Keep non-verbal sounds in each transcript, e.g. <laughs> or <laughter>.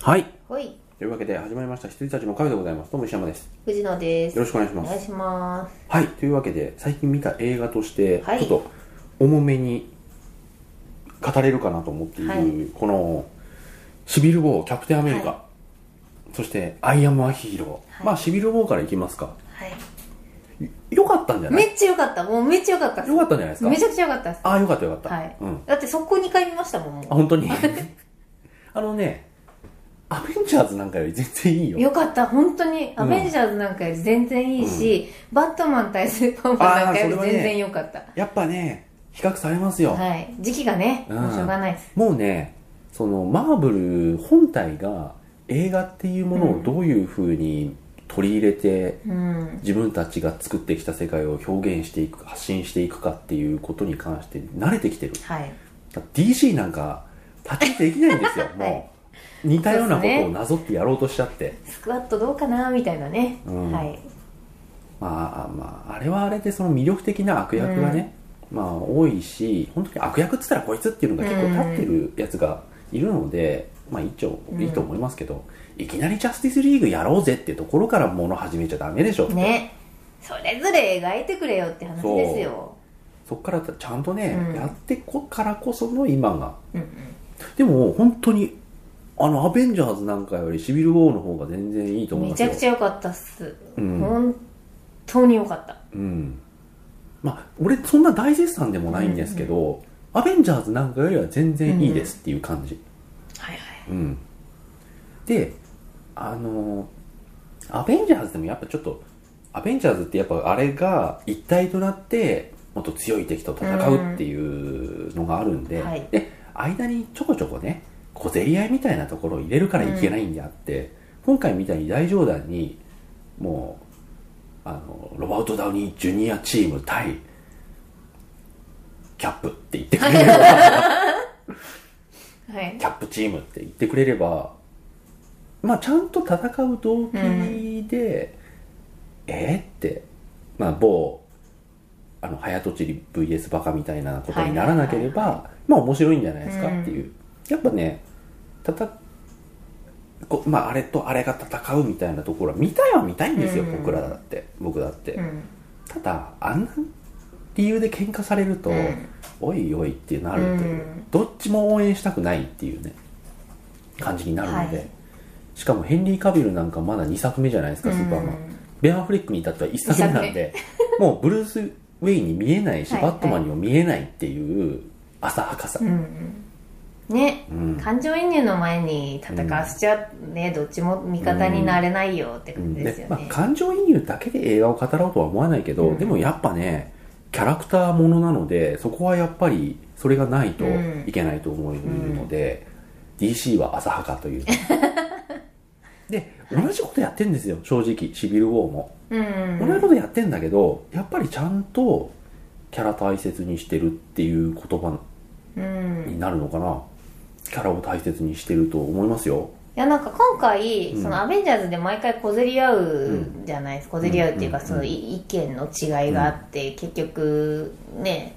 はい。はい、というわけで始まりました羊たちのカフェでございます。どうも石山です。藤野です。よろしくお願いしおま願いす。します。はい。というわけで最近見た映画として、はいちょっと重めに語れるかなと思っている、はいこのシビル・ウォー、キャプテン・アメリカ、はそしてアイ・アム・ア・ヒーロー。はいまあシビル・ウォーからいきますか。はい。よかったんじゃないめっちゃ良かった。もうめっちゃ良かったっすよかったんじゃないですかめちゃくちゃ良かったっす。ああ、よかったよかった。はい、うん。だって速攻2回見ましたもん、あ、も。本当に <laughs> あのね、アベンジャーズなんかより全然いいうよ。よかった、本当に。んアベンジャーズなんかより全然いいし、バットマン対スーパーマンなんかよりあーそれはね全然良かった。やっぱね、比較されますよ。はい。時期がね、うんもうしょうがないです。もうねそのマーブル本体が映画っていうものをどういうふうに取り入れて、うん。自分たちが作ってきた世界を表現していく発信していくかっていうことに関して慣れてきてるはい。だって DC なんかパチッてできないんです <laughs> よもう似たようなことをなぞってやろうとしちゃって、スクワットどうかなみたいなね。うんはい。まあまああれはあれでその魅力的な悪役がね、まあ多いし本当に悪役っつったらこいつっていうのが結構立ってるやつがいるので、まあ一応いいと思いますけど、いきなりジャスティスリーグやろうぜってところから物始めちゃダメでしょって、ね。それぞれ描いてくれよって話ですよ。そっからちゃんとね、うんやってこからこその今がうんうん。でも本当にあのアベンジャーズなんかよりシビル・ウォーの方が全然いいと思いめまちすよゃくちゃ良かったっす、うん本当に良かったうん、まあ俺そんな大絶賛でもないんですけど、アベンジャーズなんかよりは全然いいですっていう感じ、はいはいうんであのーアベンジャーズでもやっぱちょっとアベンジャーズってやっぱあれが一体となってもっと強い敵と戦うっていうのがあるんで、うんはいで間にちょこちょこね小競り合いみたいなところを入れるからいけないんであって、今回みたいに大冗談にもうあのロバート・ダウニー・ジュニアチーム対キャップって言ってくれればはいキャップチームって言ってくれれば、まあ、ちゃんと戦う動機で、えーって、まあ、某あの早とちり VS バカみたいなことにならなければ、まあ面白いんじゃないですかっていう、やっぱねたたこ、まあ、あれとあれが戦うみたいなところは見たいは見たいんですよ、うん僕らだって僕だって、うんただあんな理由で喧嘩されると、うんおいおいってなるという、うんどっちも応援したくないっていうね感じになるので、はいしかもヘンリー・カビルなんかまだ2作目じゃないですか、スーパーマンベン・アフレックに至っては1作目なんでもうブルース・ウェインに見えないし、はいバットマンにも見えないっていう浅はかさ、うんうんねうん感情移入の前に戦わせちゃね、どっちも味方になれないよって感じですでよまあね、感情移入だけで映画を語ろうとは思わないけど、うんでもやっぱねキャラクターものなのでそこはやっぱりそれがないとうんいけないと思うので、DC は浅はかという <laughs> で同じことやってんですよ正直シビル・ウォーも、うん同じことやってんだけどやっぱりちゃんとキャラ大切にしてるっていう言葉うんになるのかなキャラを大切にしてると思いますよいやなんか今回、うんそのアベンジャーズで毎回小競り合うじゃないですか、小競り合うっていうか、うんそのい意見の違いがあって、結局ね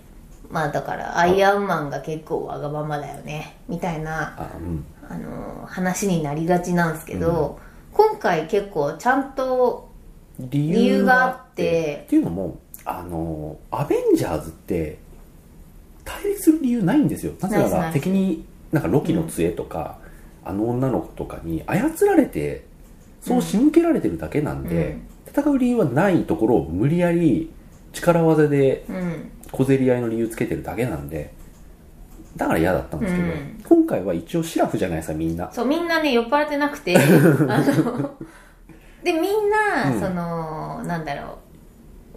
まあだからアイアンマンが結構わがままだよねみたいなあうんあの話になりがちなんですけど、今回結構ちゃんと理理由があってっていうのもあのアベンジャーズって対立する理由ないんですよなぜなないらです敵になんかロキの杖とか、あの女の子とかに操られてそう仕向けられてるだけなんで、戦う理由はないところを無理やり力技でうん小競り合いの理由つけてるだけなんでだから嫌だったんですけど、うん今回は一応シラフじゃないですかみんなそうみんなね酔っ払ってなく <laughs> てあのでみんな、うんそのなんだろ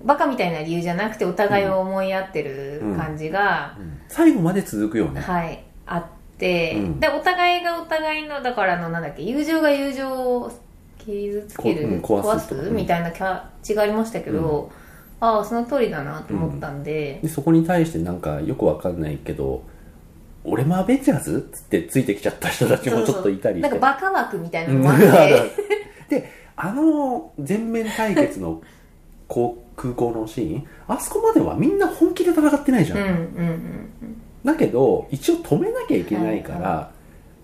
うバカみたいな理由じゃなくてお互いを思い合ってる感じが、最後まで続くよね、はいあって、うんでお互いがお互いのだからあのなんだっけ友情が友情を傷つける、こうん壊壊すすとかうんみたいなキャッチがありましたけど、ああその通りだなと思ったんで、でそこに対してなんかよくわかんないけど「俺もアベンジャーズ?」っつってついてきちゃった人たちもちょっといたりしてなんかバカ枠みたいなのもうあっん <laughs> あるあてるであの全面対決のこう空港のシーンあそこまではみんな本気で戦ってないじゃうんん、うんうんだけど一応止めなきゃいけないから、はい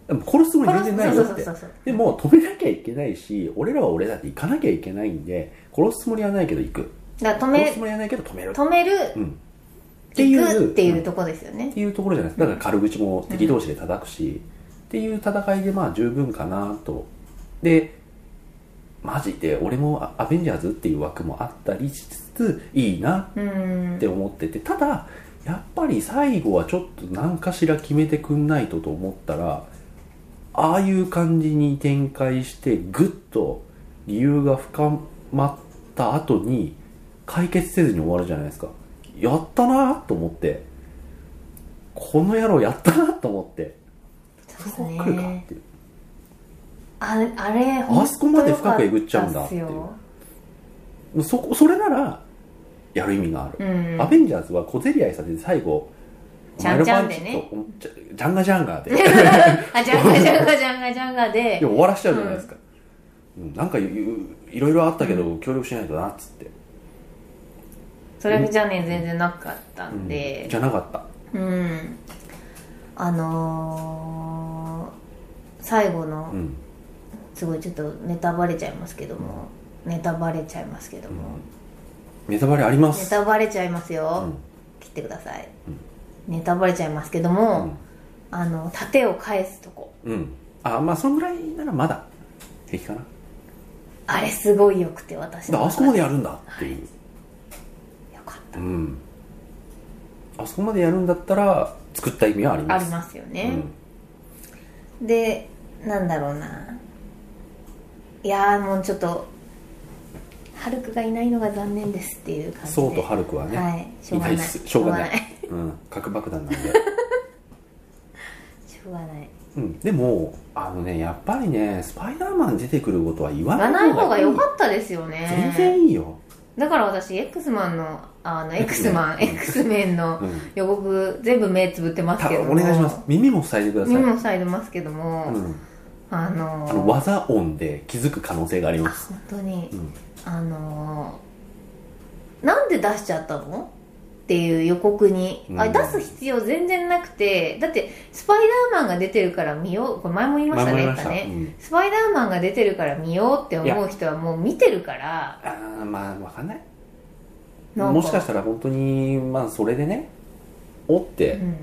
でも殺すつもり全然ないよって殺すそうそうそうでそうも止めなきゃいけないし俺らは俺だって行かなきゃいけないんで殺すつもりはないけど行くだから殺止すめつもりはないけど止める止める、うんってい行うくっていうんうとこですよねっ、ていうところじゃないですだから軽口も敵同士で叩くし、っていう戦いでまあ十分かなとでマジで俺もアアベンジャーズっていう枠もあったりしつついいなうん、って思っててただやっぱり最後はちょっと何かしら決めてくんないとと思ったらああいう感じに展開してぐっと理由が深まった後に解決せずに終わるじゃないですかやったなと思ってこの野郎やったなと思ってそうで来するかっねていうあれあれあそこまで深くえぐっちゃうんだ本当良かたっもうそこそれならやる意味があるすようんアベンジャーズは小競り合いさせて最後ちゃんちゃんでおね前のパンチとおジャンガジャンガで <laughs> あジャンガジャンガジャンガジャンガででも終わらしちゃうじゃないですか、うんなんかいいろいろあったけど協力しないとなっつって、それじゃね全然なかったんうんでじゃなかったうん、あのー最後の、うんすごいちょっとネタバレちゃいますけどもネタバレちゃいますけども、ネタバレありまネすタバレちゃいますよ、うん切ってください、ネタバレちゃいますけども、あの盾を返すとこうんあまあそんぐらいならまだ平気かなあれすごいよくて私だのからあそこまでやるんだっていう、よかっうんあそこまでやるんだったら作った意味はありたあまりすますよね、でなんだろうないやーもうちょっとハルクがいないのが残念ですっていう感うん、じでソウとハルクはね、はいしょうがないたすしょうがないしょうん、核爆弾なんでしょうがないうん、でもあのねやっぱりねスパイダーマン出てくることは言わ言わなないい方方がいがい良かったですよね全然いいよ、だから私 X マンのあの X マン X メンのうん、予告全部目つぶってますたけどおも願いします耳も塞いでください、耳うん、も塞いでますけども、あのあの技音で気づく可能性がありあます本当に、うんあのなんで出しちゃったのっていう予告に、あうん出す必要全然なくてだってスパイダーマンが出てるから見ようこれ前も言いました前も言いねましたやっぱねうんスパイダーマンが出てるから見ようって思う人はもう見てるからあーまあわかんないなんもしかしたら本当にまあそれでねおって、うん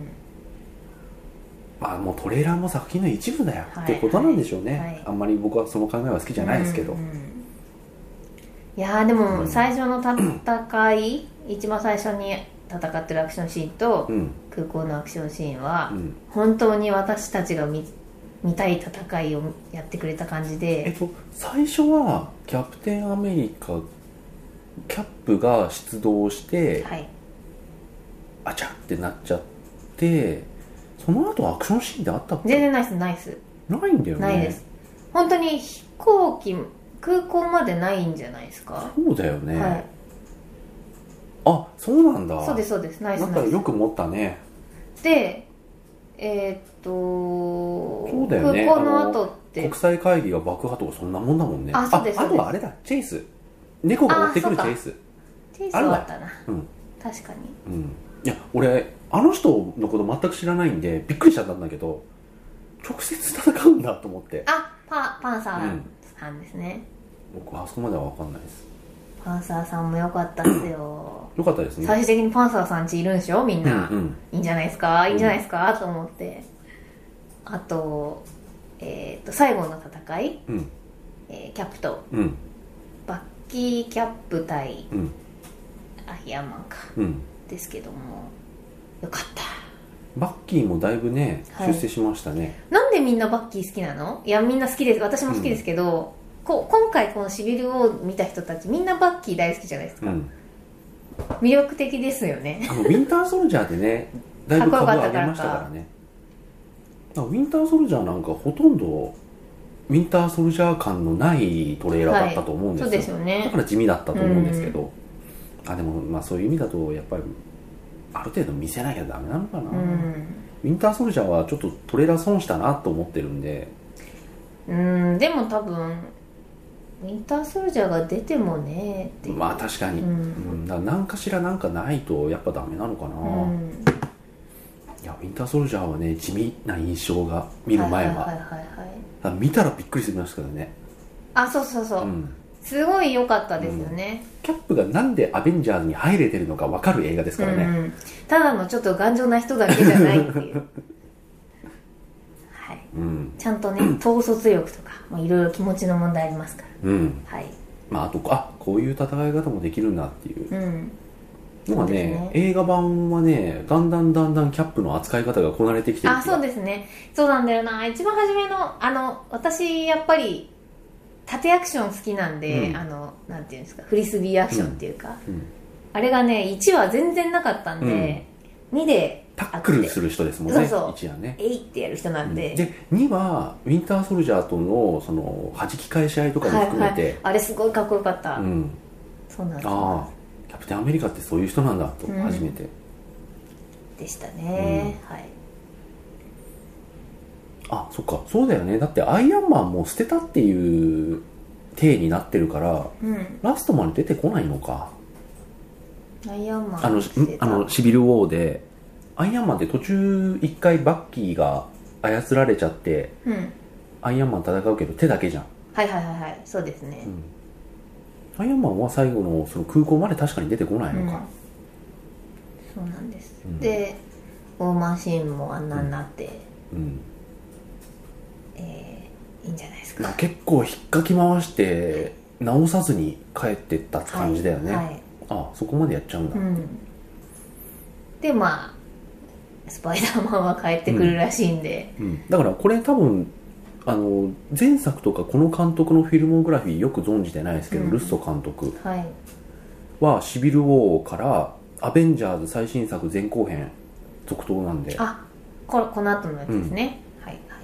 まあもうトレーラーも作品の一部だよ、はいってことなんでしょうね、はいあんまり僕はその考えは好きじゃないですけど、うんうんいやーでうもん最初の戦い、一番最初に戦ってるアクションシーンとうん空港のアクションシーンはうん本当に私たちが見見たい戦いをやってくれた感じえっでと、最初はキャプテンアメリカキャップが出動して、はいあちゃってなっちゃってその後アクションシーンであったっけ全然ナイスナイスないんだよねないです本当に飛行機空港までないんじゃないですか、そうだよね、はいあそうなんだそうですそうですナイスなんナかイよく持ったねスでえーっとそうだよね空港の後って国際会議が爆破とかそんなもんだもんねあそうですあそうですとはあれだチェイス猫が追ってくるチあェそうかイステイスはあったな、うん確かにうんいや俺あの人のこと全く知らないんでびっくりしちゃったんだけど直接戦うんだと思ってあパパンうサーんさんですね、僕あそこまでは分かんないですパンサーさんも良かったっすよよかったですね最終的にパンサーさんちいるんでしょみんな、うんうんいいんじゃないですかいいんじゃないですか、と思ってあと,、えー、と最後の戦い、うんえーキャップとうんバッキーキャップ対うんアヒアマンかうんですけどもよかったバッキーもだいぶねはい出世しましたね、なんでみんなバッキー好きなのいやみんな好きです私も好きですけど、こ今回このシビルを見た人たちみんなバッキー大好きじゃないですか、うん魅力的ですよねあのウィンターソルジャーでねだいぶ株かっこ上よかったからげましたからねだからウィンターソルジャーなんかほとんどウィンターソルジャー感のないトレーラーだったと思うんですよ、そうですよだねから地味だったと思うんですけど、あでもまあそういう意味だとやっぱりある程度見せなきゃダメなのかな、うウん、ィンターソルジャーはちょっとトレーラー損したなと思ってるんでうん、でも多分ウィンターソルジャーが出てもねっていうまあ確かに、ううんんだから何かしらなんかないとやっぱダメなのかな、うんいやウィンターソルジャーはね地味な印象が見る前は,、はいはいはいはいはい見たらびっくりしますからね、あそうそうそうう、ん、すごい良かったですよね,、キャップがなんでアベンジャーズに入れてるのか分かる映画ですうかんらね、ただのちょっと頑丈な人だけじゃないっていう <laughs> はいうんちゃんとね <clears throat> 統率力とかまあいろいろ気持ちの問題ありますかうんらはいまあ、あとあこういう戦い方もできるんだっていううんのがそうですねね映画版はねだんだんだんだんキャップの扱い方がこなれてきてるあそうですねそうなんだよな一番初めのあの私やっぱり縦アクション好きなんで、うんあのなんていうんですかフリスビーアクションっていうか、うんあれがね1は全然なかったんで、2でタックルする人ですもんねそうそう一夜ねえいってやる人なんで,、で2はウィンターソルジャーとのその弾き返し合いとかもはい含めはてい、あれすごいかっこよかった、うん、そうなんですああキャプテンアメリカってそういう人なんだとうん初めて、でしたね、はいあそっかそうだよねだってアイアンマンも捨てたっていう体になってるからうんラストまで出てこないのかアイアンマンあの着てんたあのシビルウォーでアイアンマンって途中一回バッキーが操られちゃってうんアイアンマン戦うけど手だけじゃん、はいはいはいはいそうですね、アイアンマンは最後のその空港まで確かに出てこないのか、そうなんです、うんでウォーマンシーンもあんなになって、うんえーいいんじゃないですかまあ、結構引っかき回して直さずに帰ってったって感じだよね、はいはいあそこまでやっちゃうんだ、うん、でまあスパイダーマンは帰ってくるらしいんで、うんだからこれ多分あの前作とかこの監督のフィルモグラフィーよく存じてないですけど、うんルッソ監督はいはシビル・ウォーから「アベンジャーズ」最新作前後編続投なんであここの後のやつですね、はいはい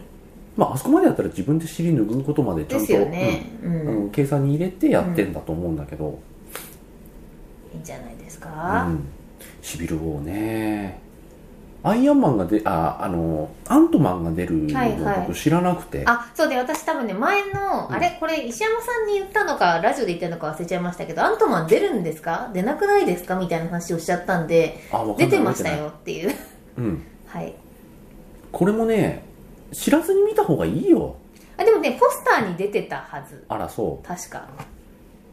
まあ、あそこまでやったら自分で尻拭うことまでちゃでんすと、よねうん、うんあの計算に入れてやってんだと思うんだけど、いいんじゃないですうか、ん、シビル王ねアイアンマンがでああのアントマンが出るはいはのい僕知らなくて、あそうで私多分ね前の、うんあれこれ石山さんに言ったのかラジオで言ったのか忘れちゃいましたけどアントマン出るんですか出なくないですかみたいな話をしちゃったんであわかんな出いてました覚よっていうえてないうんはいこれもね知らずに見た方がいいよあでもねポスターに出てたはずあらそう確か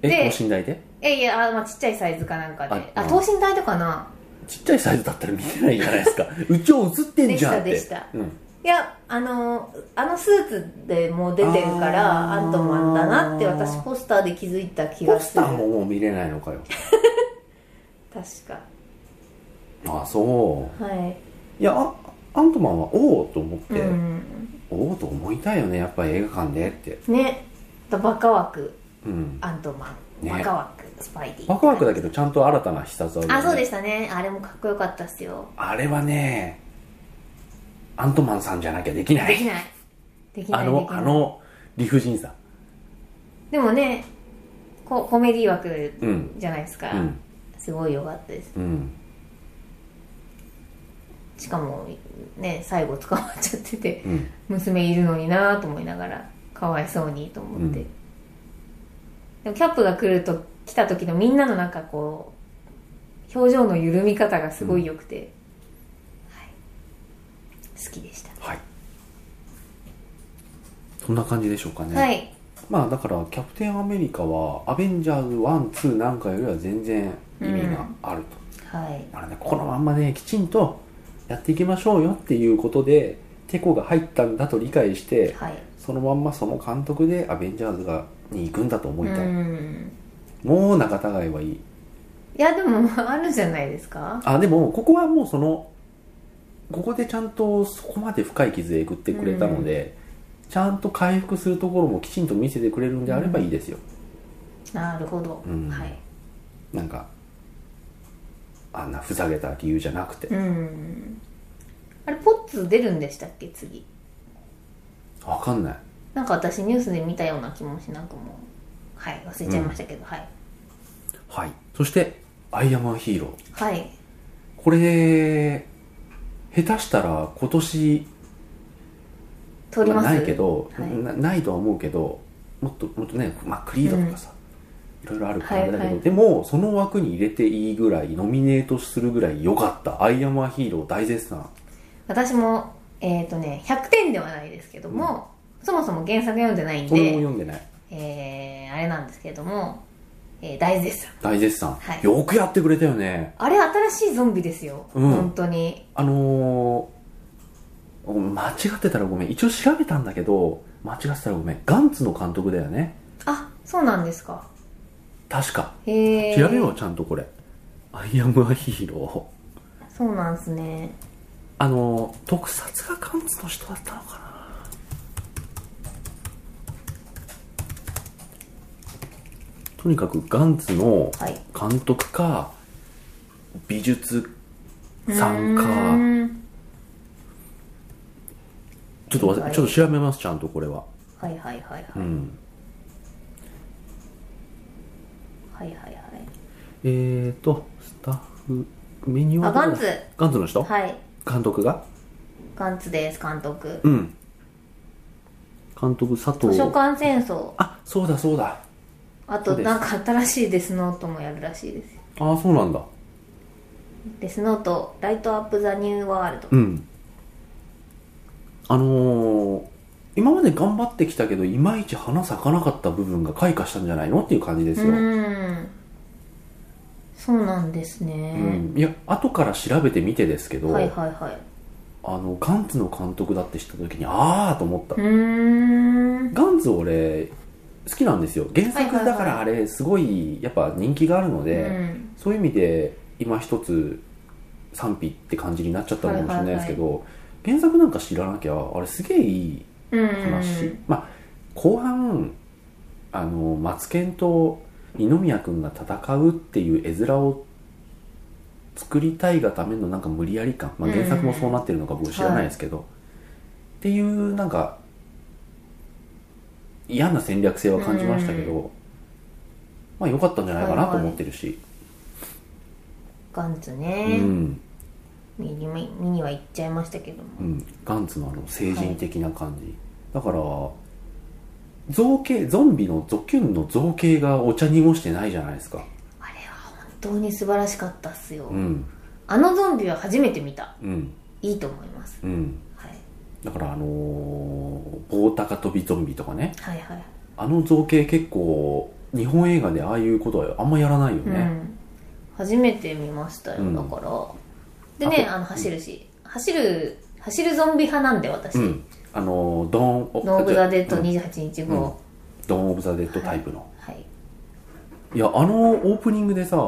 でえ等身大でえいやあ、まあ、ちっちゃいサイズかなんかでああうん等身大とかなちっちゃいサイズだったら見てないじゃないです <laughs> かうちを映ってんじゃんってでしたでしたうん、いやあのあのスーツでもう出てるからあーアントマンだなって私ポスターで気づいた気がポスすタるーももう見れないのかよ確かあそはういやあアントマンはおおと思っい、て、うん、おおと思いたいよねやっぱり映画館でってねバカ枠うんアントマン、ねバカ枠スパイディワクワクだけどちゃんと新たな必殺技だあよねそうでしたねあれもかっこよかったっすよあれはね、アントマンさんじゃなきゃできなできい。ないできないあでのき、ないあの、理不尽さ。でもねこコメディ枠うん。じゃないですか、うん。すごい良かったですうん。しかもね最後捕まっちゃっててうん。娘いるのになぁと思いながらかわいそうにと思って、うんでもキャップが来ると来た時のみんなのなんかこう表情の緩み方がすごい良くて、はい、好きでした、はい。そんな感じでしょうかね。はいまあだから、キャプテンアメリカは、アベンジャーズ1、2なんかよりは全然意味があると。はいだからね、このまんまね、きちんとやっていきましょうよっていうことで、テコが入ったんだと理解して、はいそのまんまその監督でアベンジャーズがに行くんだと思ういたい。んもう仲違いはいい。いやでもあるじゃないですかあでもここはもうそのここでちゃんとそこまで深い傷えぐってくれたので、ちゃんと回復するところもきちんと見せてくれるんであればいいですよ、なるほど、うんはいなんかあんなふざけた理由じゃなくて、うんあれポッツ出るんでしたっけ次わかんないなんか私ニュースで見たような気もしなくもはい忘れちゃいましたけど、はいはいそして「アイアムアヒーローはい」これ下手したら今年通りますまあないけど、はいなないとは思うけどもっともっとね、まあ、クリードとかさ、いろいろあるからあれだけど、はいはいでもその枠に入れていいぐらいノミネートするぐらい良かった「アイアムアヒーロー」大絶賛私も、えっ、とね、100点ではないですけども、そもそも原作読んでないんそれもで、読んでないえー、あれなんですけども、えー、大絶賛。大絶賛、はいよくやってくれたよねあれ新しいゾンビですよ。うん本当に。あのー間違ってたらごめん一応調べたんだけど間違ってたらごめんガンツの監督だよねあ、そうなんですか。確かへえ。調べようちゃんとこれ「アイアム・ア・ヒーローそうなんですね。」あのー特撮がガンツの人だったのかなとにかくガンツのはい。監督か美術さんうかーんちょっと忘れちょっと調べますちゃんとこれははいはいはいはい。うんはいはいはい。えーとスタッフメニューはあ、ガンツ。ガンツの人、はい。監督がガンツです、監督。うん監督佐図藤書館戦争。あそうだそうだあそと、うですなんか新しいデスノートもやるらしいですよ。ああそうなんだデスノート、ライトアップザニューワールド。うんあのー今まで頑張ってきたけどいまいち花咲かなかった部分が開花したんじゃないのっていう感じでうすよ、ーん。そうなんですね。うんいや後から調べてみてですけど、はいはいはい。あのガンツの監督だって知った時にああと思った、うーん。ガンズ俺好きなんですよ原はいは作いはだいからあれすごいやっぱ人気があるので、うんそういう意味で今一つ賛否って感じになっちゃったのかもしれないですけど、原作なんか知らなきゃあれすげえいいうん。話、まあ後半あのマツケンと二宮君が戦うっていう絵面を作りたいがためのなんか無理やり感、まあ、うん原作もそうなってるのか僕知らないですけど、っていうなんか嫌な戦略性は感じましたけど、まあ良かったんじゃないかなと思ってるし、ガンツねう。ん見に見には行っちゃいましたけども。うん、ガンツのあの成人的な感じ、だから造形ゾンビのゾキュンの造形がお茶濁してないじゃないですかあれは本当に素晴らしかったっすよ。うんあのゾンビは初めて見た。うんいいと思います。うんはい。だからあのー棒高跳びゾンビとかねはいはい。あの造形結構日本映画でああいうことはあんまやらないようね、ん、初めて見ましたよ、うんだからでねああの走るし、走る走るゾンビ派なんで私、うんあのードーン・オノーブ・ザ・デッドうん28日後、うんドーン・オブ・ザ・デッドタイプの、はいいやあのオープニングでさあ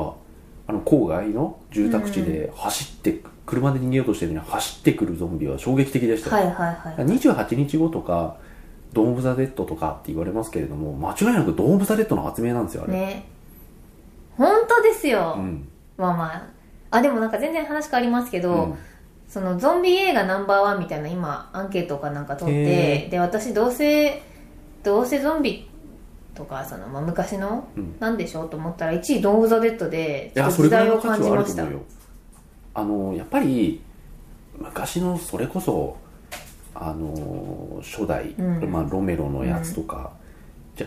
の郊外の住宅地で走って、車で逃げようとしてるのに走ってくるゾンビは衝撃的でしたはよ、いはいはい28日後とかドーム・ザ・デッドとかって言われますけれども間違いなくドーム・ザ・デッドの発明なんですよあれ、ね本当ですよ、うんまあまああでもなんか全然話変わりますけど、うんそのゾンビ映画ナンバーワンみたいな今アンケートかなんか取ってへで私どうせどうせゾンビとかその、まあ、昔のうんなんでしょうと思ったら1位「ドン・オブ・ザ・デッド」でいちょやっとそれぐ時らい代のを価感値はじあまるとし思たうよあのやっぱり昔のそれこそあの初代、うんまあ、ロメロのやつとか、じゃ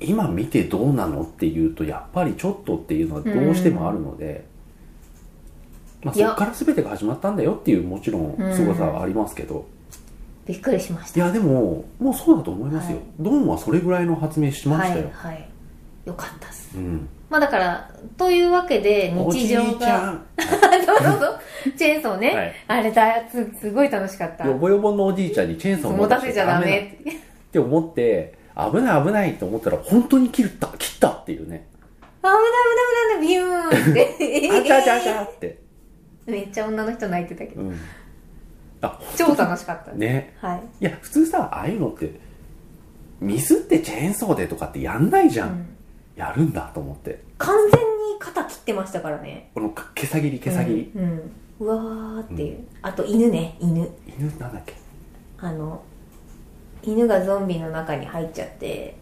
今見てどうなのっていうとやっぱりちょっとっていうのはどうしてもあるので、まあ、いそやこから全てが始まったんだよっていうもちろんうん凄さはありますけど、びっくりしましいたやでももうそうだと思いますよ、はいドンはそれぐらいの発明しましたよ、はいはいよかったっすうん、まあだからというわけでおじ日いち常ゃが <laughs> んそうそうそうチェーンソーね、はいあれだすすごい楽しかったよぼよぼのおじいちゃんにチェーンソーを持たせちゃだダメってって思って危ない危ないと思ったら本当に切った切ったっていうね危ない危ない危ないビューンあっちゃあちゃあちてゃって、めっちゃ女の人泣いてたけうどん、あ超楽しかったねはいいや普通さああいうのってミスってチェーンソーでとかってやんないじゃん、うんやるんだと思って完全に肩切ってましたからねこのか毛先り毛先り、うん、うんうわーっていう、あと犬ね犬犬なんだっけあの犬がゾンビの中に入っちゃって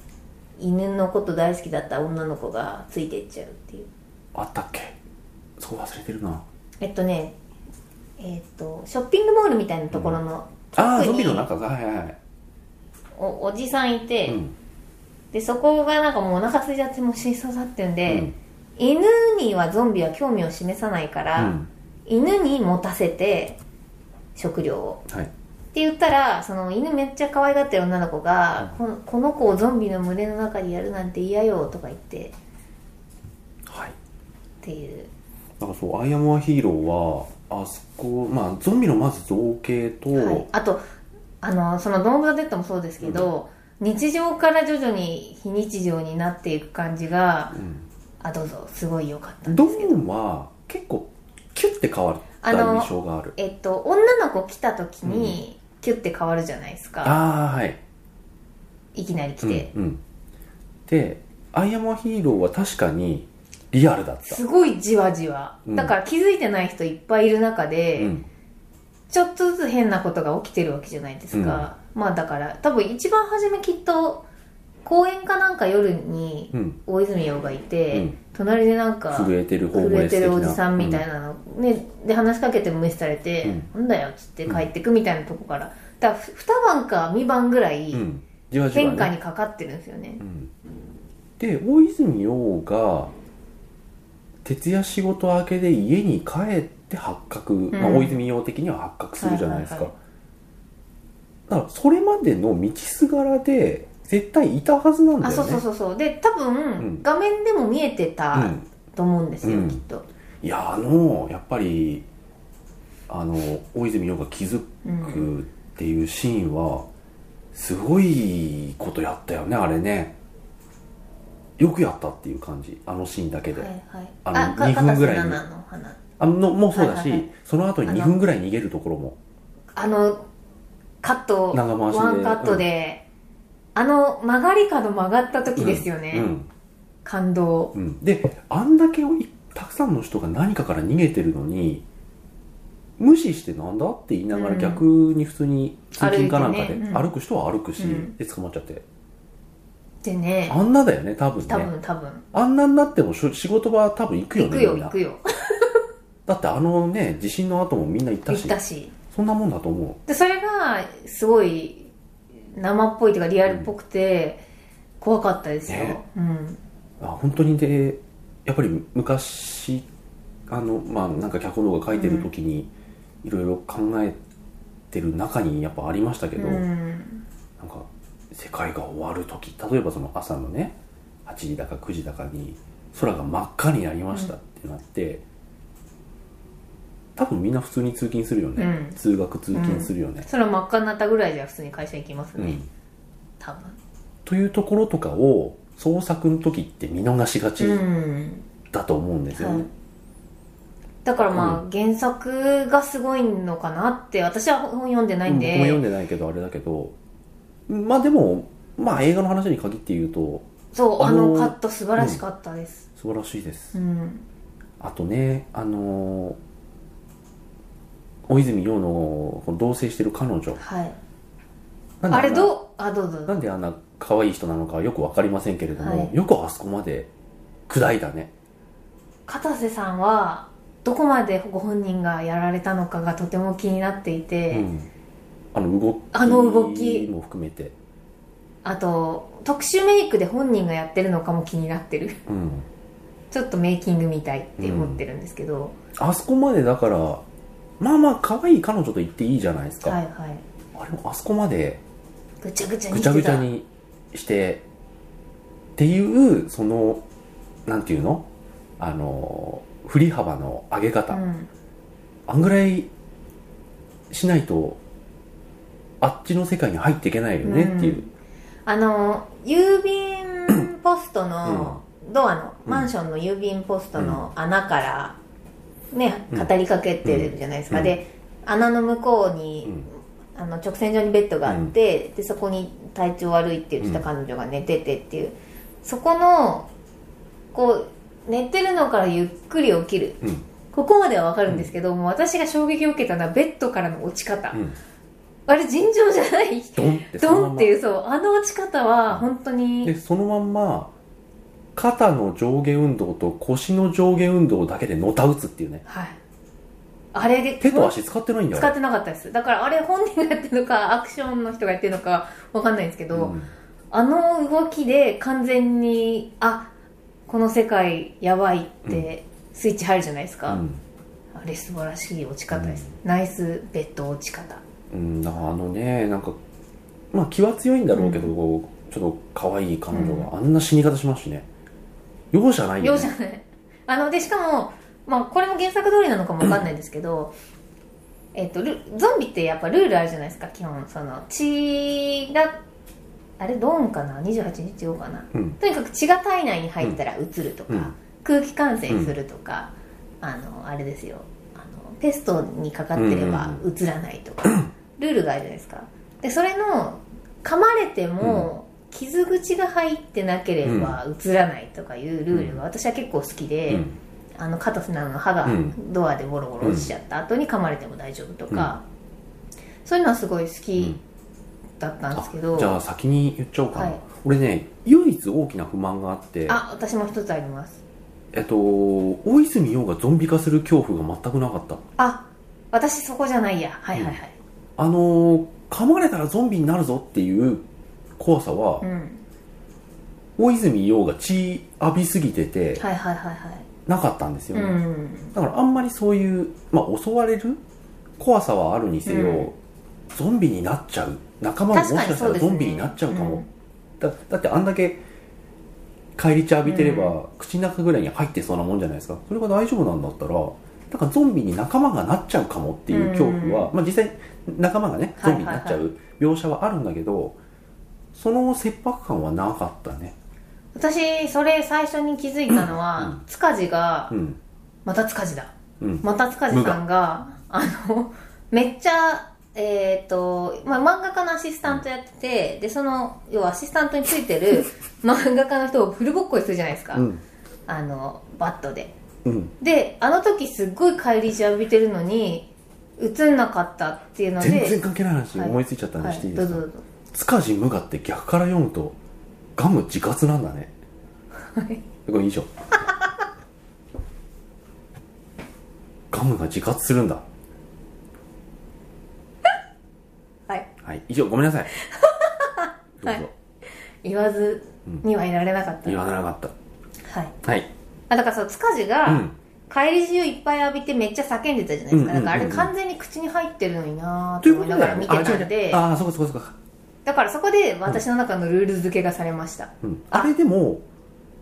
犬のこと大好きだった女の子がついてっちゃうっていうあったっけそう忘れてるなえっとねえっとショッピングモールみたいなところのああ奥にゾンビの中がはいはいはい、おおじさんいて、うんでそこがなんかもうお腹空いちゃってもう死にそうだっていうんうで、ん犬にはゾンビは興味を示さないから、うん犬に持たせて食料をはいって言ったらその犬めっちゃ可愛がってる女の子が、このこの子をゾンビの群れの中でやるなんて嫌よとか言ってっはいていうなんかそう「アイアム・ア・ヒーローは」あそこまあゾンビのまず造形と、はい、あとあのその「ドン・オブ・ザ・デッド」もそうですけど、日常から徐々に非日常になっていく感じがあどうぞすごい良かったんドですけどンは結構キュッて変わっあたの印象があるえっと女の子来た時に、キュッて変わるじゃないですかああはいいきなり来て、うんうん、で「アイアム・ア・ヒーロー」は確かにリアルだったすごいじわじわ、うんだから気づいてない人いっぱいいる中で、うんちょっとずつ変なことが起きてるわけじゃないですか、まあだから多分一番初めきっと公園かなんか夜にうん大泉洋がいて、うん隣でなんか震えてるホーム震えレスて的なるおじさんみたいなの、ね、で話しかけて無視されて「なんだよ」っつって帰ってくみたいなとこからだからふ二晩か三晩ぐらいうん、うんじわじわ、ね、変化にかかってるんですよねうんで大泉洋が徹夜仕事明けで家に帰って発覚、まあ、うん大泉洋的には発覚するじゃないですか、はいはだからそれまでの道すがらで絶対いたはずなんだよあねそうそうそうそうで多ん分画面でも見えてたうん、と思うんですよ、うんきっと、いやあのやっぱりあの大泉洋が気づくっていうシーンはすごいことやったよねあれねよくやったっていう感じあのシーンだけで、はいはいあのあか二分ぐらい片瀬に那々の花あのもうそうだし、はいはいはいその後に2分ぐらい逃げるところもあのカット長回しでワンカットで、あの曲がり角曲がった時ですよね、うん感動うん、であんだけをいたくさんの人が何かから逃げてるのに無視してなんだって言いながらうん逆に普通に通勤かなんか歩いでてねうん歩く人は歩くし、うんで捕まっちゃってでねあんなだよね多分ね多分多分あんなになってもしょ仕事場多分行くよ行ねくよみんな行くよだってあのね地震の後もみんな行った行しったしそんなもんだと思でそれがすごい生っぽいというかリアルっぽくて怖かったですよ、ねうんうあ本当にでやっぱり昔あのまあなんか脚本動画書いてる時にいろいろ考えてる中にやっぱありましたけど、うんなんか世界が終わる時例えばその朝のね8時だか9時だかに空が真っ赤になりましたってなって、多分みんな普通に通勤するよね、うん通学通勤するよね、それは真っ赤になったぐらいじゃ普通に会社行きますね、うん多分というところとかを創作の時って見逃しがちうんだと思うんですよね、はいだからまあ、原作がすごいのかなって私は本読んでないん僕も読んででないけどあれだけどまあでもまあ映画の話に限って言うとそうああののカット素晴らしかったです素晴らしいです、うんあとねあのー大泉洋のこの同棲してる彼女はいなんであれんなどうあどうぞどなうんであんな可愛い人なのかはよく分かりませんけれども、はいよくあそこまで砕いたね片瀬さんはどこまでご本人がやられたのかがとても気になっていて、うんあの動きあの動きも含めてあと特殊メイクで本人がやってるのかも気になってる <laughs> うんちょっとメイキングみたいって思ってるんですけど、あそこまでだからまあまあ可愛い彼女と言っていいじゃないですか、はいはいあれもあそこまでぐちゃぐちゃにぐしちゃぐてちゃたにしてっていうそのなんていうのあの振り幅の上げ方、うんあんぐらいしないとあっちの世界に入っていけないよねっていう、あの郵便ポストのドアの、マンションの郵便ポストの穴からね、うん語りかけてるじゃないですか、うんで穴の向こうに、うんあの直線上にベッドがあって、でそこに体調悪いって言ってた彼女が寝ててっていう、そこのこう寝てるのからゆっくり起きるうんここまではわかるんですけど、もう私が衝撃を受けたのはベッドからの落ち方、うんあれ尋常じゃないドンってそのまんドンっまていうそうあの落ち方は本当でにそのまんま肩の上下運動と腰の上下運動だけでのた打つっていうねはいあれで手と足使ってないんだよ使ってなかったですだからあれ本人がやってるのかアクションの人がやってるのかわかんないんですけど、うんあの動きで完全にあこの世界やばいってスイッチ入るじゃないですか、うんあれ素晴らしい落ち方です、ナイスベッド落ち方うん、なんかあのねなんかまあ気は強いんだろうけど、こうちょっと可愛い彼女があんな死に方しますしね容赦ないよ、容ね、赦ないあのでしかも、まあ、これも原作通りなのかもわかんないですけどえっとルゾンビってやっぱルールあるじゃないですか基本その血があれドーンかな28日後かな、うんとにかく血が体内に入ったらうつるとか、うん空気感染するとか、あのあれですよあのペストにかかってればうんうんうつらないと <clears throat> か、ルールがあるじゃないですかでそれの噛まれても、傷口が入ってなければうつらないとかいうルールが私は結構好きで、うんあのカタスナの歯がうんドアでボロボロ落ちちゃった後に噛まれても大丈夫とか、そういうのはすごい好きだったんですけど、あじゃあ先に言っちゃおうかな、はい俺ね唯一大きな不満があってあ私も一つありますえっと大泉洋がゾンビ化する恐怖が全くなかったあ私そこじゃないやはいはいはい、あのー噛まれたらゾンビになるぞっていう怖さは、うん、大泉洋が血浴びすぎててはいはいはいはいなかったんですようね、んだからあんまりそういう、まあ、襲われる怖さはあるにせよ、うんゾンビになっちゃう仲間もも確しかかにしたそうらですねゾンビになっちゃうかも、だだってあんだけ返り血浴びてれば、口の中ぐらいに入ってそうなもんじゃないですかそれが大丈夫なんだったらだからゾンビに仲間がなっちゃうかもっていう恐怖は、まあ、実際仲間がねゾンビになっちゃう描写はあるんだけど、その切迫感はなかったね私それ最初に気づいたのは、うん塚地が、うんまた塚地だうんまた塚地さんがあのめっちゃえっ、と、まあ、漫画家のアシスタントやってて、でその要はアシスタントについ <laughs> てる漫画家の人をフルボッコにするじゃないですか、うんあのバットでうんであの時すっごい返り血浴びてるのに映んなかったっていうので全然関係ない話はい思いついちゃったんでしていいですか、はい、どうぞどうぞ塚地無我って逆から読むとガム自活なんだねこれ以上ガムが自活するんだはいはい以上ごめん <laughs> なさいどうぞ、言わずにはいられなかった、言わはなかっいたはいあだからそう塚地が、うん帰り血をいっぱい浴びてめっちゃ叫んでたじゃないですか、うんうんうんうんだからあれ完全に口に入ってるのになとーという思こいとだながらよね見てたんであ違う違うあそうかそうかそうか、だからそこで私の中のルール付けがされました、うん、あれでも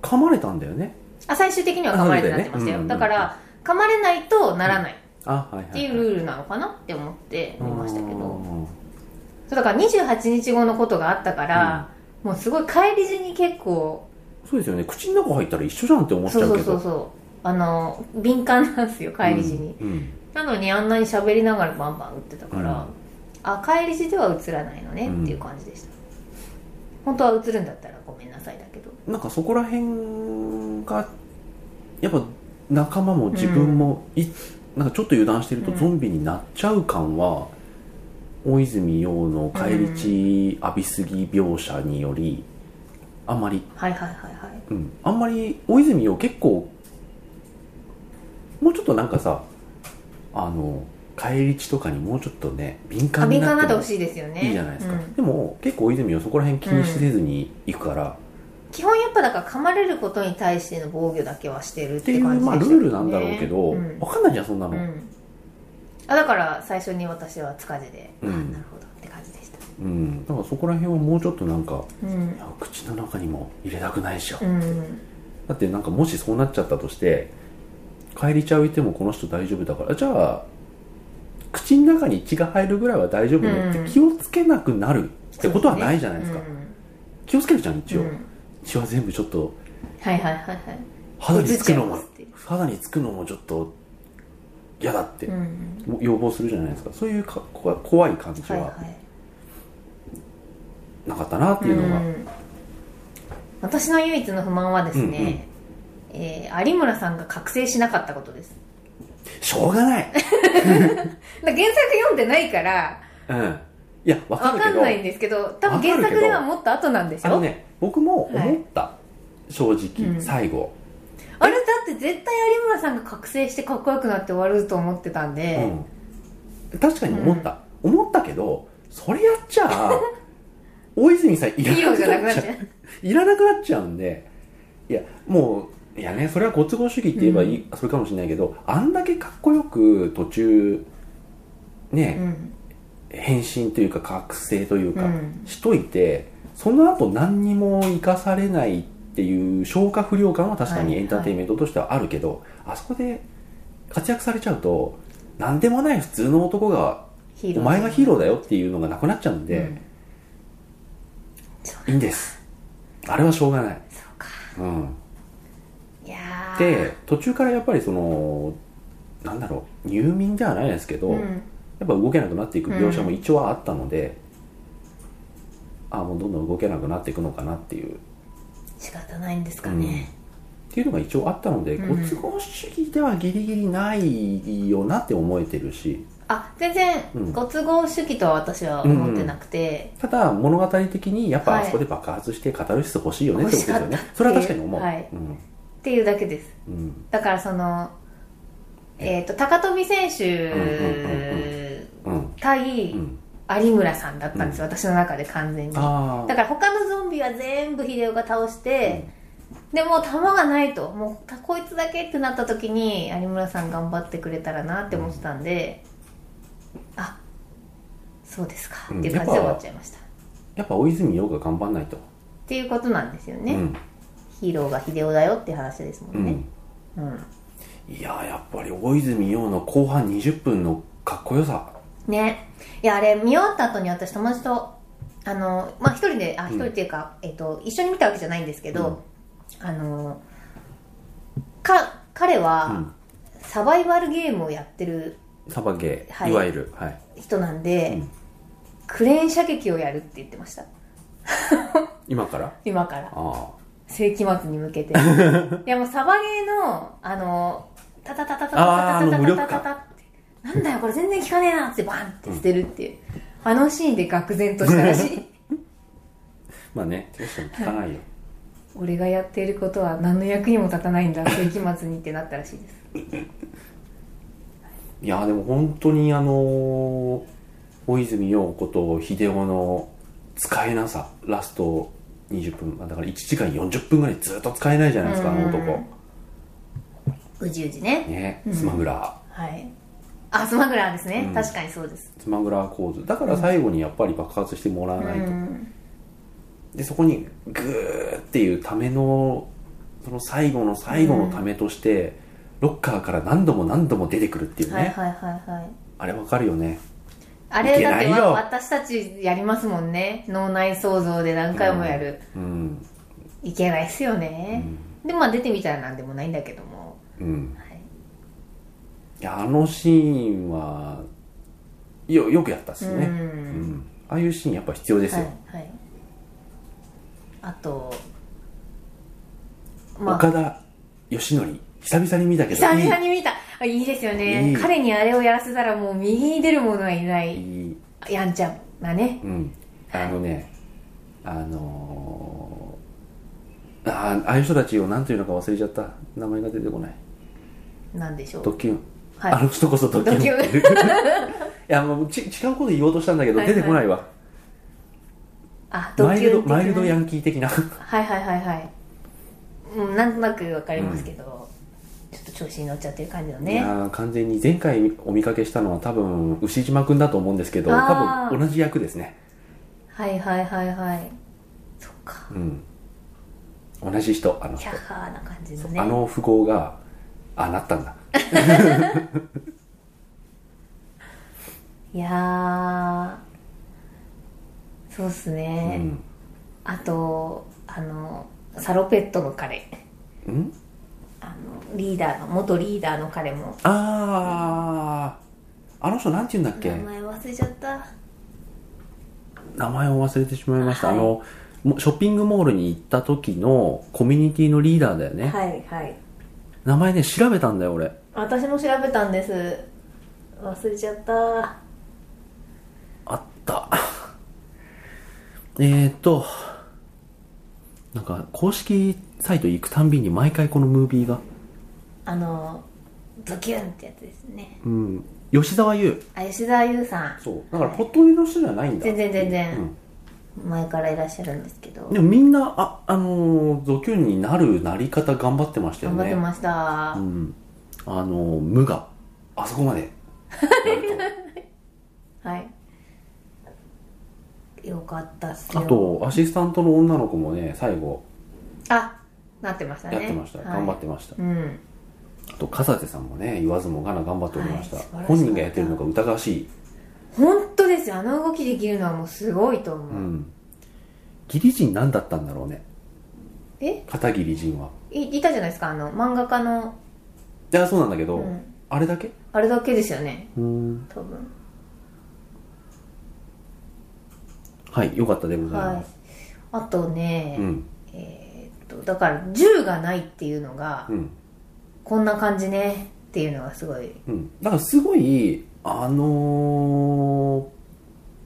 噛まれたんだよねあ最終的には噛まれてなってましうたよだ,、んうんうんから噛まれないとならないっあはいはい、はい、ていうルールなのかなって思って見ましたけうど、んそうだから28日後のことがあったから、もうすごい帰り血に結構そうですよね口の中入ったら一緒じゃんって思っちゃそううそけうどそうそうあの敏感なんですよ帰り血に、うんうんなのにあんなに喋りながらバンバン打ってたから、うんあ帰り地では映らないのねうんっていう感じでした、本当は映るんだったらごめんなさいだけどなんかそこら辺がやっぱ仲間も自分もい、なんかちょっと油断してるとうんゾンビになっちゃう感は、大泉洋の返り血浴びすぎ描写によりあんまり、はいはいはいはいうん、あんまり大泉洋結構もうちょっとなんかさあの返り血とかにもうちょっとね敏あ感に敏感なっになっててもほしいですよねいいじゃないですか、うんでも結構大泉洋そこら辺気にせずに行くから、基本やっぱだから噛まれることに対しての防御だけはしてるっってていう、感じでまあ、したルけどねールなんだろうけど、んわかんないじゃんそんなの、うんあだから最初に私は塚地で、うんあなるほどって感じでしたうん、だからそこら辺はもうちょっとなんかうんいや口の中にも入れたくないでしょ、うんだってなんかもしそうなっちゃったとして帰りちゃういてもこの人大丈夫だからじゃあ口の中に血が入るぐらいは大丈夫ねうんって気をつけなくなるってことはないじゃないですか、うん気をつけるじゃん一応、うん血は全部ちょっとはいはいはいはい肌につくのも移っちゃいますっていう肌につくのもちょっと嫌だって、うん要望するじゃないですかそういうかこわ怖い感じはいははいなかったなっていうのが、ん私の唯一の不満はですね、えー有村さんが覚醒しなかったことですしょうがないだ原作読んでないからうんいや、わかわるけかど。んないんですけど多分わかるけど原作ではもっと後なんでしあのょ、ね、僕も思った。正直、うん最後。あれだって絶対有村さんが覚醒してかっこよくなって終わると思ってたんで、うん。確かに思った。思ったけど、それやっち <laughs> ゃ、大泉さんいヒーらロなーじゃなくくな <laughs> っちなっちゃゃう。いらなくなっちゃうんで、いや、もう、いやねそれはご都合主義って言えばいい、それかもしれないけどあんだけかっこよく途中うね、ん変身というか覚醒というか、うんしといてその後何にも生かされないっていう消化不良感は確かにはいエンターテインメントとしてはあるけど、あそこで活躍されちゃうと何でもない普通の男がヒーおロー前がヒーローだよっていうのがなくなっちゃうんで、うんいいんですあれはしょうがない、そうかうん、いやーで途中からやっぱりそのなんだろう入眠ではないですけど、うやっんぱ動けなくなっていく描写も一応はあったので、ああもうどんどん動けなくなっていくのかなっていう、仕方ないんですかうんね、っていうのが一応あったので、うんご都合主義ではギリギリないよなって思えてるしあ全然うんご都合主義とは私は思ってなくて、ただ物語的にやっぱはいあそこで爆発してカタルシス欲しいよねってことですよ欲しねかったっていうそれは確かに思う、はいうんっていうだけですうんだからそのえっ、と高飛選うんうん手うん対うん有村さんだったんですよ、私の中で完全にだあから他のゾンビは全部秀夫が倒して、でもう弾がないともうたこいつだけってなった時に有村さん頑張ってくれたらなって思ってたんで、あそうですかっていう感じで終わっちゃいました、っあやっぱ大泉洋が頑張んないとていうことなんですよね、うんヒーローが秀夫だよって話ですもうんねん、うんいやーやっぱり大泉洋の後半20分のかっこよさねいやあれ見終わった後に私友達とあのまあ一人であ一人っていうか、えっと一緒に見たわけじゃないんですけど、あのか彼うはんサバイバルゲームをやってるサバゲー、はいい、わゆるはい人なんで、うんクレーン射撃をやるって言ってました今から今からあ世紀末に向けていやもうサバゲーのあのタタタタタタあーあタの無タ力タタ感タってなんだよこれ全然効かねえなっつってバンって捨てるっていう、あのシーンで愕然としたらしいあまあねテンション聞かないよ、俺がやっていることは何の役にも立たないんだ世紀末にってなったらしいですい、やーでも本当にあのー大泉洋こと秀夫の使えなさラスト20分まあだから1時間40分ぐらいずっと使えないじゃないですか、うんあの男うじうじねねうんスマグラー、はいあスマグラーですね、うん確かにそうですスマグラー構図だから最後にやっぱり爆発してもらわうないと、んでそこにグーっていうためのその最後の最後のためとして、ロッカーから何度も何度も出てくるっていうね、はいはいはいはいあれわかるよねあれいけだっなていよわ私たちやりますもんね脳内創造で何回もやる、うんいけないっすようね、ん、でまあ出てみたらなんでもないんだけども、うん、はい、いやあのシーンはよよくやったっすうね、うんんああいうシーンやっぱ必要ですよ、はい、はい、あとまあ岡田義則久々に見たけど久々いに見たあいいですよねいい彼にあれをやらせたらもう右に出る者はいないいいいやんちゃんなねうんあのねあのーあーああいう人たちを何というのか忘れちゃった名前が出てこないなんでしょドうキュンはいあの人こそドキュンっていう <laughs> いやもうち違うこと言おうとしたんだけどはい出てこないわ、あマイルドマイルドヤんンキー的なはいはいはいはい、うん、なんとなくわかりますけど、ちょっと調子に乗っちゃってる感じのいねやー完全に前回お見かけしたのは多分牛島君だと思うんですけどあー多分同じ役ですねはいはいはいはいそっかうん同じ人あのキ人、ャッハーな感じのねあの富豪があなったんだいやーそうっすね、あとあのサロペットの彼うんんあのリーダーの元リーダーの彼もああ、あの人なんて言うんだっけ名前忘れちゃった名前を忘れてしまいました、はいあのもショッピングモールに行った時のコミュニティのリーダーだよね、はいはい名前ね調べたんだよ俺私も調べたんです忘れちゃったあったえーっとなんか公式サイト行くたんびに毎回このムービーがあのドキュンってやつですねうん吉沢優あ吉沢優さんそうだから鳥取の人じゃないんだ全然全然うん前からいらっしゃるんですけどでもみんなああのーゾキュンになるなり方頑張ってましたよ頑ね張ってました、うん、あのー無我あそこまではいよかったっす <laughs> よあとアシスタントの女の子もね最後あなってましたねやってました、はい頑張ってましたうんあと笠手さんもね言わずもがな頑張っておりました,、はい素晴らしか本った人がやってるのが疑わしい、本当ですよあの動きできるのはもうすごいと思うう、ん、ギリ人何だったんだろうねえ片桐仁はいいたじゃないですかあの漫画家の、いやそうなんだけうど、ん、あれだけあれだけですよねうん多分はいよかったでございはまいす、あとね、うんえーっとだから銃がないっていうのが、うんこんな感じねっていうのがすごいうんだからすごいあの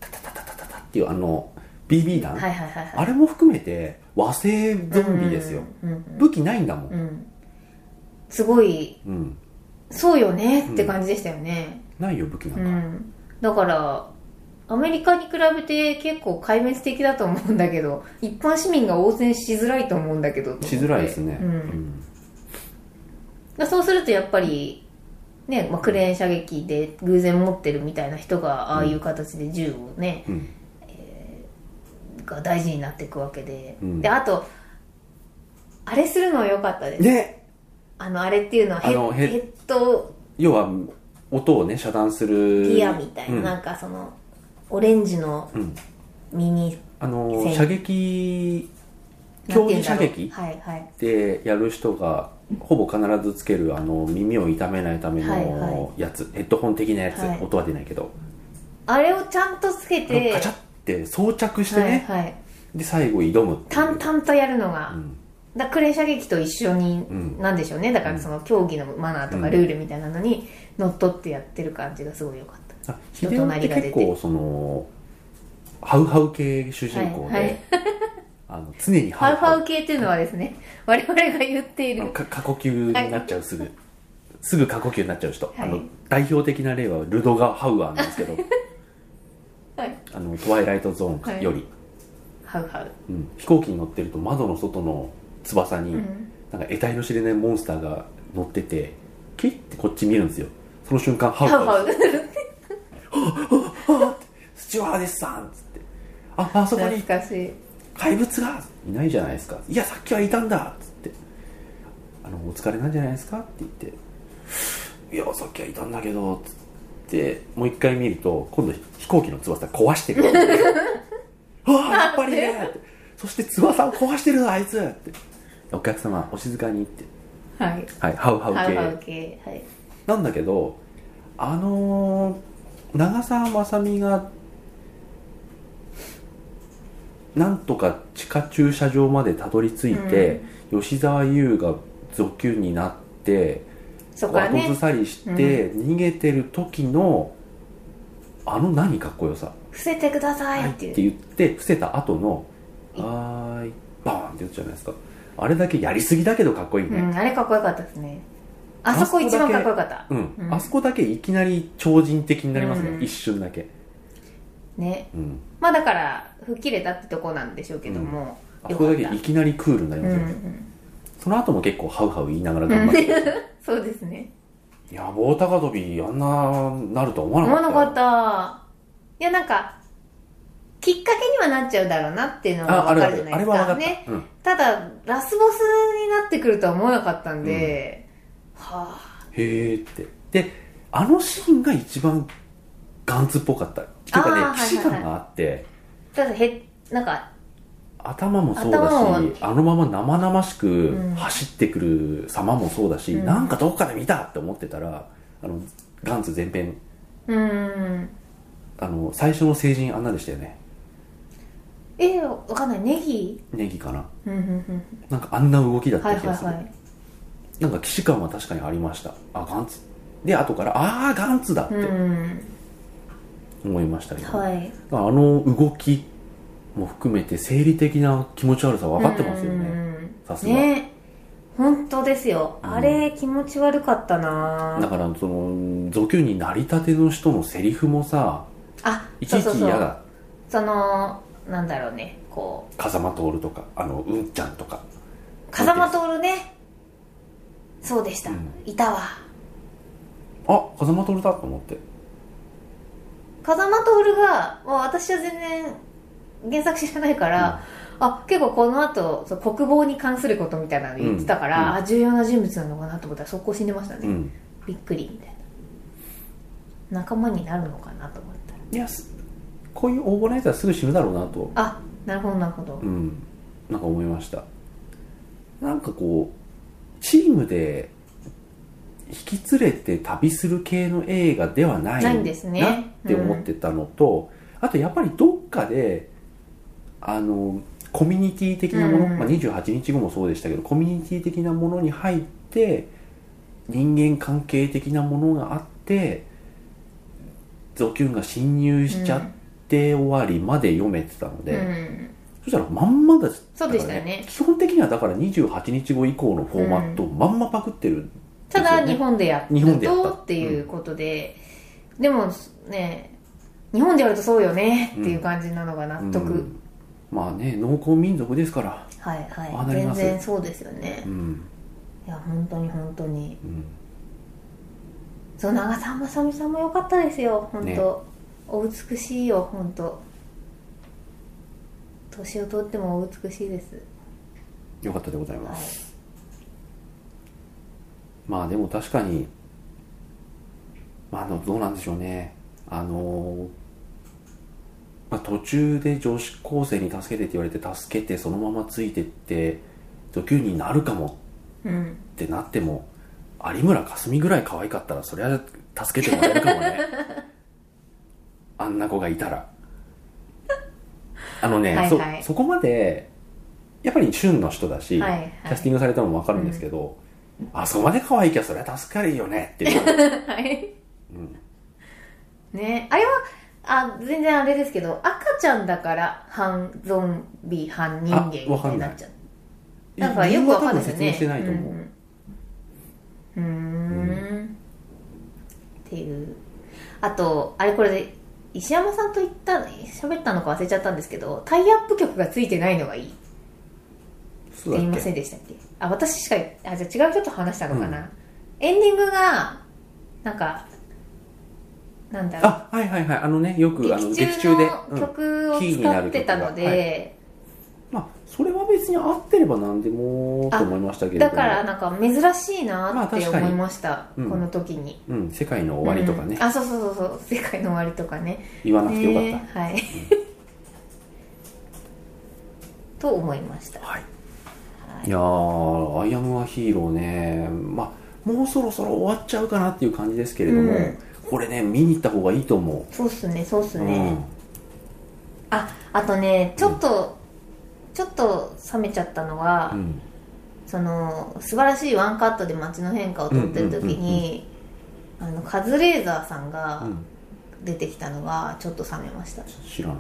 ー、タタタタタタタっていうあの BB 弾、はいはいはいはいあれも含めて和製ゾンビですよ、うんうん武器ないんだもん、ううんん、すごいうん、そうよねって感じでしたよねないよ武器なうんん、か、だからアメリカに比べて結構壊滅的だと思うんだけど一般市民が応戦しづらいと思うんだけどしづらいですね、うんだそうするとやっぱりね、まあ、クレーン射撃で偶然持ってるみたいな人がああいう形で銃をね、うんうんが大事になっていくわけで、うんであとあれするの良かったです、ねあのあれっていうのはヘあッのヘッヘッド要は音をね遮断するギアみたいな、うんなんかそのオレンジのうん耳あの線射撃なん競ていうん技射だろう撃はいはいでやる人がほぼ必ずつけるあの耳を痛めないためはいはのやつ、ヘッドホン的なやつ、はい音は出ないけど、あれをちゃんとつけてカチャって装着してね、はいはい、で最後挑むっていう淡々とやるのが、うんだクレーン射撃と一緒にうんなんでしょうねだからその競技のマナーとかうんルールみたいなのにのっとってやってる感じがすごい良かったあ秀夫って結人となり構そのハウハウ系主人公で、はいはい <laughs> あの常にハハウウハハウウ系っていうのはですね我々が言っていあのるか過呼吸になっちゃうすぐすぐ過呼吸になっちゃう人、いあの代表的な例はルドガー・ハウアーなんですけどはいあのトワイライトゾーンより、ハウハウうん、飛行機に乗ってると窓の外の翼に、うんなんか得体の知れないモンスターが乗っててキッてこっち見るんですよその瞬間ハウハウハウハウスチュワーデスさん」っつって「ああそこ懐にかしい怪物がいないじゃないですかいやさっきはいたんだっつってあのお疲れなんじゃないですかって言っていやさっきはいたんだけどつってもう一回見ると今度飛行機の翼壊してる <laughs> ああやっぱりねってそして翼を壊してるぞあいつってお客様お静かにってはいはいハウハウ系ハウハウ系はいなんだけどあのー長澤まさみがなんとか地下駐車場までたどり着いて、吉沢優がゾキュンになってそこから後ねずさりして逃げてる時の、あの何かっこよさ「伏せてください」はっいっててい言う、って伏せた後の「いはーいバーン!」って言っちゃうじゃないですかあれだけやりすぎだけどかっこいいね、うんあれかっこよかったですねあそこ一番かっこよかったうんうんあそこだけいきなり超人的になりますね、うん一瞬だけ、ねうん、まあだから吹っ切れたってとこなんでしょうけども、あよそこかっだたけいきなりクールになりうまんすうよ、んその後も結構ハウハウ言いながら頑張って、 <laughs> そうですねいや棒高跳びあんななるとは思わ思なかわったなかったいやなんかきっかけにはなっちゃうだろうなっていうのはああ分るかあるじゃるないあでれすは分かかった、ねうん、ただラスボスになってくるとは思わなかったんで、はへえってであのシーンが一番ガンツっぽかったっていうかあーねはい既視はいはい感があってあただへなんか頭もそうだ頭もしあのまま生々しくうん走ってくる様もそうだし、うんなんかどっかで見たって思ってたらあのガンツ全編うーんあの最初の成人あんなでしたよねえわかんないネギネギかなうんうんうんなんかあんな動きだっはたい気がはいする、はいなんか既視感は確かにありましたあガンツで後からああガンツだっうてん思いましたけど、はいあの動きも含めて生理的な気持ち悪さ分かってますようねんうんうんさすがね本当ですよ、うんあれ気持ち悪かったなだからそのゾキュンになりたての人のセリフもさあいちそういそうちそ嫌うだそのなんだろうねこう風間徹とかあのうんちゃんとか風間徹ねそうでした、うんいたわあ風間徹だと思って風間徹が、まあ、私は全然原作知らないから、あ結構この後そう国防に関することみたいなの言ってたから、うんうんあ重要な人物なのかなと思ったら速攻死んでましたね、うんびっくりみたいな仲間になるのかなと思ったらいやすこういう応募のやつはすぐ死ぬだろうなとあなるほどなるほどうんなんか思いましたなんかこうチームで引き連れて旅する系の映画ではないないんですねなって思ってたのと、あとやっぱりどっかであのコミュニティ的なもの、うんまあ、28日後もそうでしたけどコミュニティ的なものに入って人間関係的なものがあってゾキュンが侵入しちゃって終わりまで読めてたので、うんそしたらまんまだしそうでしたねだから基本的にはだから28日後以降のフォーマットをまんまパクってる、たですだよね日本でやる日本でやったとっていうことで、でもね日本でやるとそうよねっていう感じなのが納得、うんまあね農耕民族ですからはいあはいなり全ます然そうですよねうんいや本当に本当にうんそう長澤まさみさんも良かったですよ本当、ねお美しいよ本当年を取ってもお美しいですよかったでございまはいす、まあでも確かにまああのどうなんでしょうねあのまあ、途中で女子高生に助けてって言われて助けてそのままついてって女級になるかもうんってなっても有村架純ぐらい可愛かったらそりゃ助けてもらえるかもねあんな子がいたらあのね、はいそはいそこまでやっぱり旬の人だし、はいはいキャスティングされたのも分かるんですけど、あそこまで可愛いきゃそりゃ助かるよねっていう、はいうんねあれはあ全然あれですけど赤ちゃんだから半ゾンビ半人間あわかにんなないっちゃう <laughs> なんかよくわかんないですよ理由は多分説明ねしてないと思う、うんうんうーんっていうあとあれこれで石山さんと言った喋ったのか忘れちゃったんですけどタイアップ曲がついてないのがいいってそうだ言いまっせけんでしたっけあ私しかあじゃあ違う人と話したのかな、うんエンディングがなんかなんだろうあはいはいはいあのねよくあの劇劇中中で、のうん曲をキーにな使るっ曲てがたので、はまあ、それは別に合ってれば何でもと思いましたけれどだもからなんか珍しいまなあって確かに思いました、うんこの時にうん、世界の終わりとかね、うんあそうそうそうそう「世界の終わり」とかね言わなくてよかった、ねはい、と思いましたはい、いやーアイアムアヒーローね、まあ、もうそろそろ終わっちゃうかなっていう感じですけれども、うんこれね、見に行った方がいいと思そうっすねそうっう。すね、ああとねちょっと、ちょっと冷めちゃったのが、うん、うんその素晴らしいワンカットで街の変化を撮ってる時に、あのカズレーザーさんがうん出てきたのがちょっと冷めました、知らない。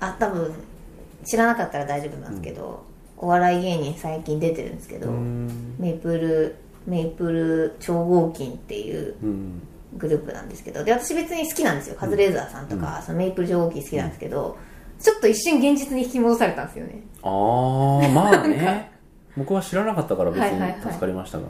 あ多分知らなかったら大丈夫なんですけど、お笑い芸人最近出てるんですけど、うん、メイプルメイプル超合金っていううん、グループなんですけどで私別に好きなんですよカズレーザーさんとか、そのメイプル超合金好きなんですけど、ちょっと一瞬現実に引き戻されたんですよねあー、まあね、僕は知らなかったから別はいはいにはい助かりましたが、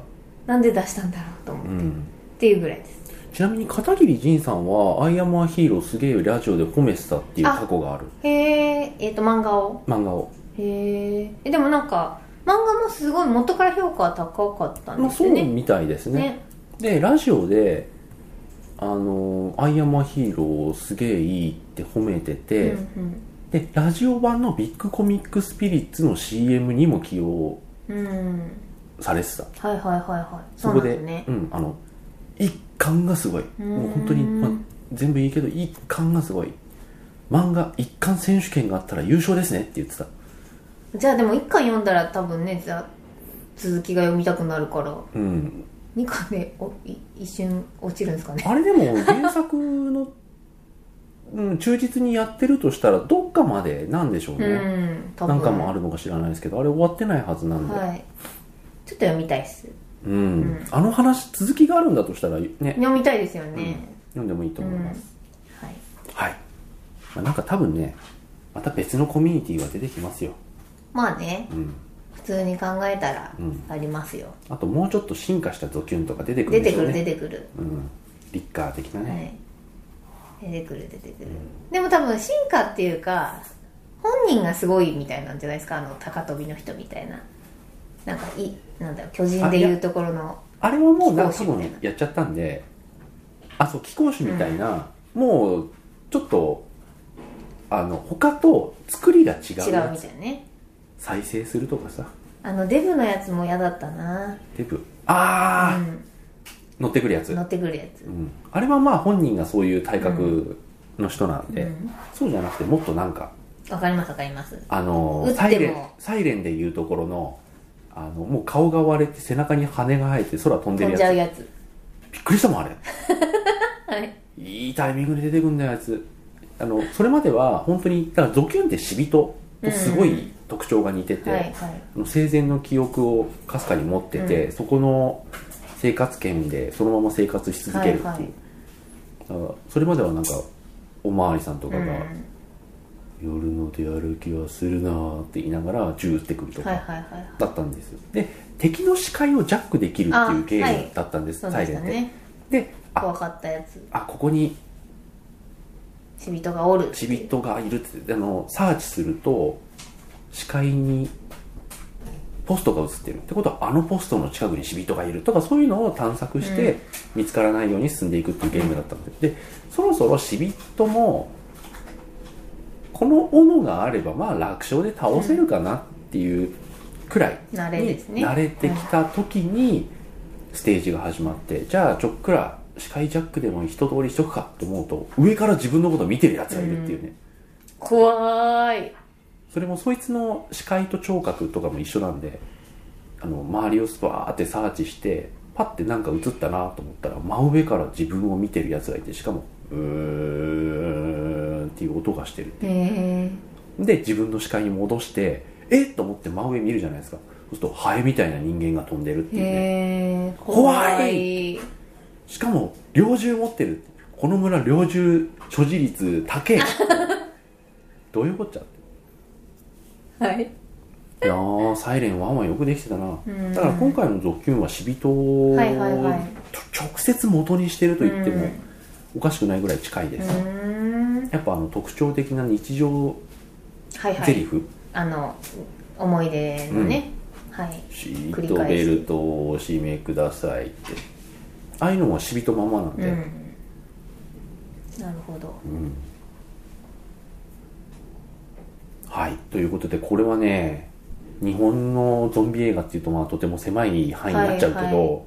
なんで出したんだろうと思って、うっん、ていうぐらいですちなみに片桐仁さんは、アイアムアヒーローすげえよラジオで褒めてたっていう過去がある、へええっ、と漫画を漫画を。へーえでもなんか漫画もすごい元から評価は高かったんまあ、ですそうよね,、みたいですねね。でラジオで「あのアイアマヒーローすげえいい」って褒めてて、うんでラジオ版のビッグコミックスピリッツの CM にも起用うん、うんされてたはいはいはいはいそそうこなでんですねうん、あの一巻がすごいもう本当に、うんまあ、全部いいけど一巻がすごい漫画一巻選手権があったら優勝ですねって言ってたじゃあでも1巻読んだら多分ねじゃあ続きが読みたくなるからうん2巻でおい一瞬落ちるんですかねあれでも原作の、うん、忠実にやってるとしたらどっかまでなんでしょううね、ん多分なんかもあるのか知らないですけどあれ終わってないはずなんで、はいちょっと読みたいっすうんんあの話続きがあるんだとしたらね読みたいですよね、読んでもいいと思います、はいはい、まあ、なんか多分ねまた別のコミュニティは出てきますよまあねうん普通に考えたらうんありますよ、あともうちょっと進化したゾキュンとか出てくる出んでしてくょうるね出てくる、うんリッカー的なね、はい出てくる出てくる、でも多分進化っていうか本人がすごいみたいなんじゃないですかあの高飛びの人みたいななんかいなんだろう巨人でいうところのあれはもうなんか貴多公子みたいな分やっちゃったんであそう貴公子みたいな、もうちょっとあの他と作りが違違うやうみつたいなね再生するとかさあのデブのやつも嫌だったなデブああ、う乗ってくるやつ、ん、う乗んってくるやつ、あれはまあ本人がそういう体格の人なんで、うんそうじゃなくてもっとなんかわかりますわかりますあの打ーってもサイレンサイレンでいうところのあのもう顔が割れて背中に羽が生えて空飛んで飛るやんじつゃうやつびっくりしたもんあれはいいいタイミングで出てくんだよあいつあのそれまでは本当にだからゾキュンって死人とすごい特徴が似てて、はいはいあの生前の記憶をかすかに持ってて、そこの生活圏でそのまま生活し続けるっていう、はいはいだからそれまではなんかおまわりさんとかうがん、 「夜の出歩きはするな」って言いながら銃撃ってくるとか、はいはいはいだったんですよで敵の視界をジャックできるっていうゲあはーいムだったんです、そうサでイしレたンで、ねであ怖かったやつあここに死人がおるチビットがいるってあのサーチすると視界にポストが映ってるってことはあのポストの近くに死人がいるとかそういうのを探索して、見つからないように進んでいくっていうゲームだったんですでそろそろ死人もこの斧があればまあ楽勝で倒せるかなっていうくらいに慣れですね慣れてきた時にステージが始まって、じゃあちょっくら視界ジャックでも一通りしとくかと思うと上から自分のことを見てるやつがいるっていうね、怖いそれもそいつの視界と聴覚とかも一緒なんであの周りをスパーってサーチしてパッてなんか映ったなと思ったら真上から自分を見てるやつがいてしかもうーんっていう音がしてるへえで自分の視界に戻してえっと思って真上見るじゃないですかそうするとハエみたいな人間が飛んでるっていうねへえ怖いしかも猟銃持ってるこの村猟銃所持率高 <laughs> えどういうこっちゃってはいいやーサイレンワンワンよくできてたな、うんだから今回の「ゾッキュン」は死人を、はいはいはいと直接元にしてると言ってうもんおかしくないぐらい近いでうす、ーんやっぱあの特徴的な日常はいはゼいリフあの思い出のね、はい「シートベルトをお締めください」ってああいうのも死人ままなんうで、うんんなるほどはいということでこれはね日本のゾンビ映画っていうとまあとても狭い範囲になっちゃうけど、はいは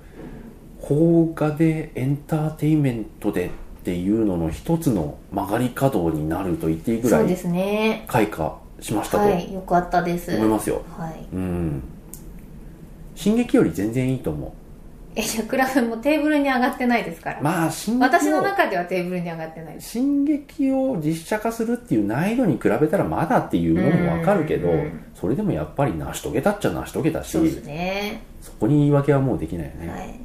邦画でエンターテインメントでっていうのの一つの曲がり角になると言っていいぐらそうでいすね開花しましたとはいよかったです思いますよ、はいうん進撃より全然いいと思えじゃあ比べもテーブルに上がってないですから、うまあ進撃を私の中ではテーブルに上がってないです進撃を実写化するっていう難易度に比べたらまだっていうのもわかるけどうんそれでもやっぱり成し遂げたっちゃ成し遂げたしそうですねそこに言い訳はもうできないよね、はい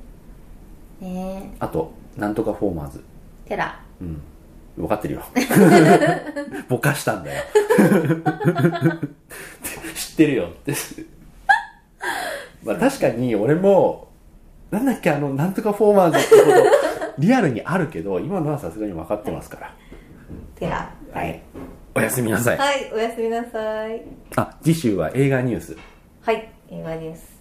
ねあとなんとかフォーマーズえテラうん分かって <laughs> るよぼかしたんだよ <laughs> 知ってるよ <laughs> ってまあ確かに俺もなんだっけあのなんとかフォーマーズってことリアルにあるけど今のはさすがに分かってますからテラはいおやすみなさいはいおやすみなさいあ次週は映画ニュースはい映画です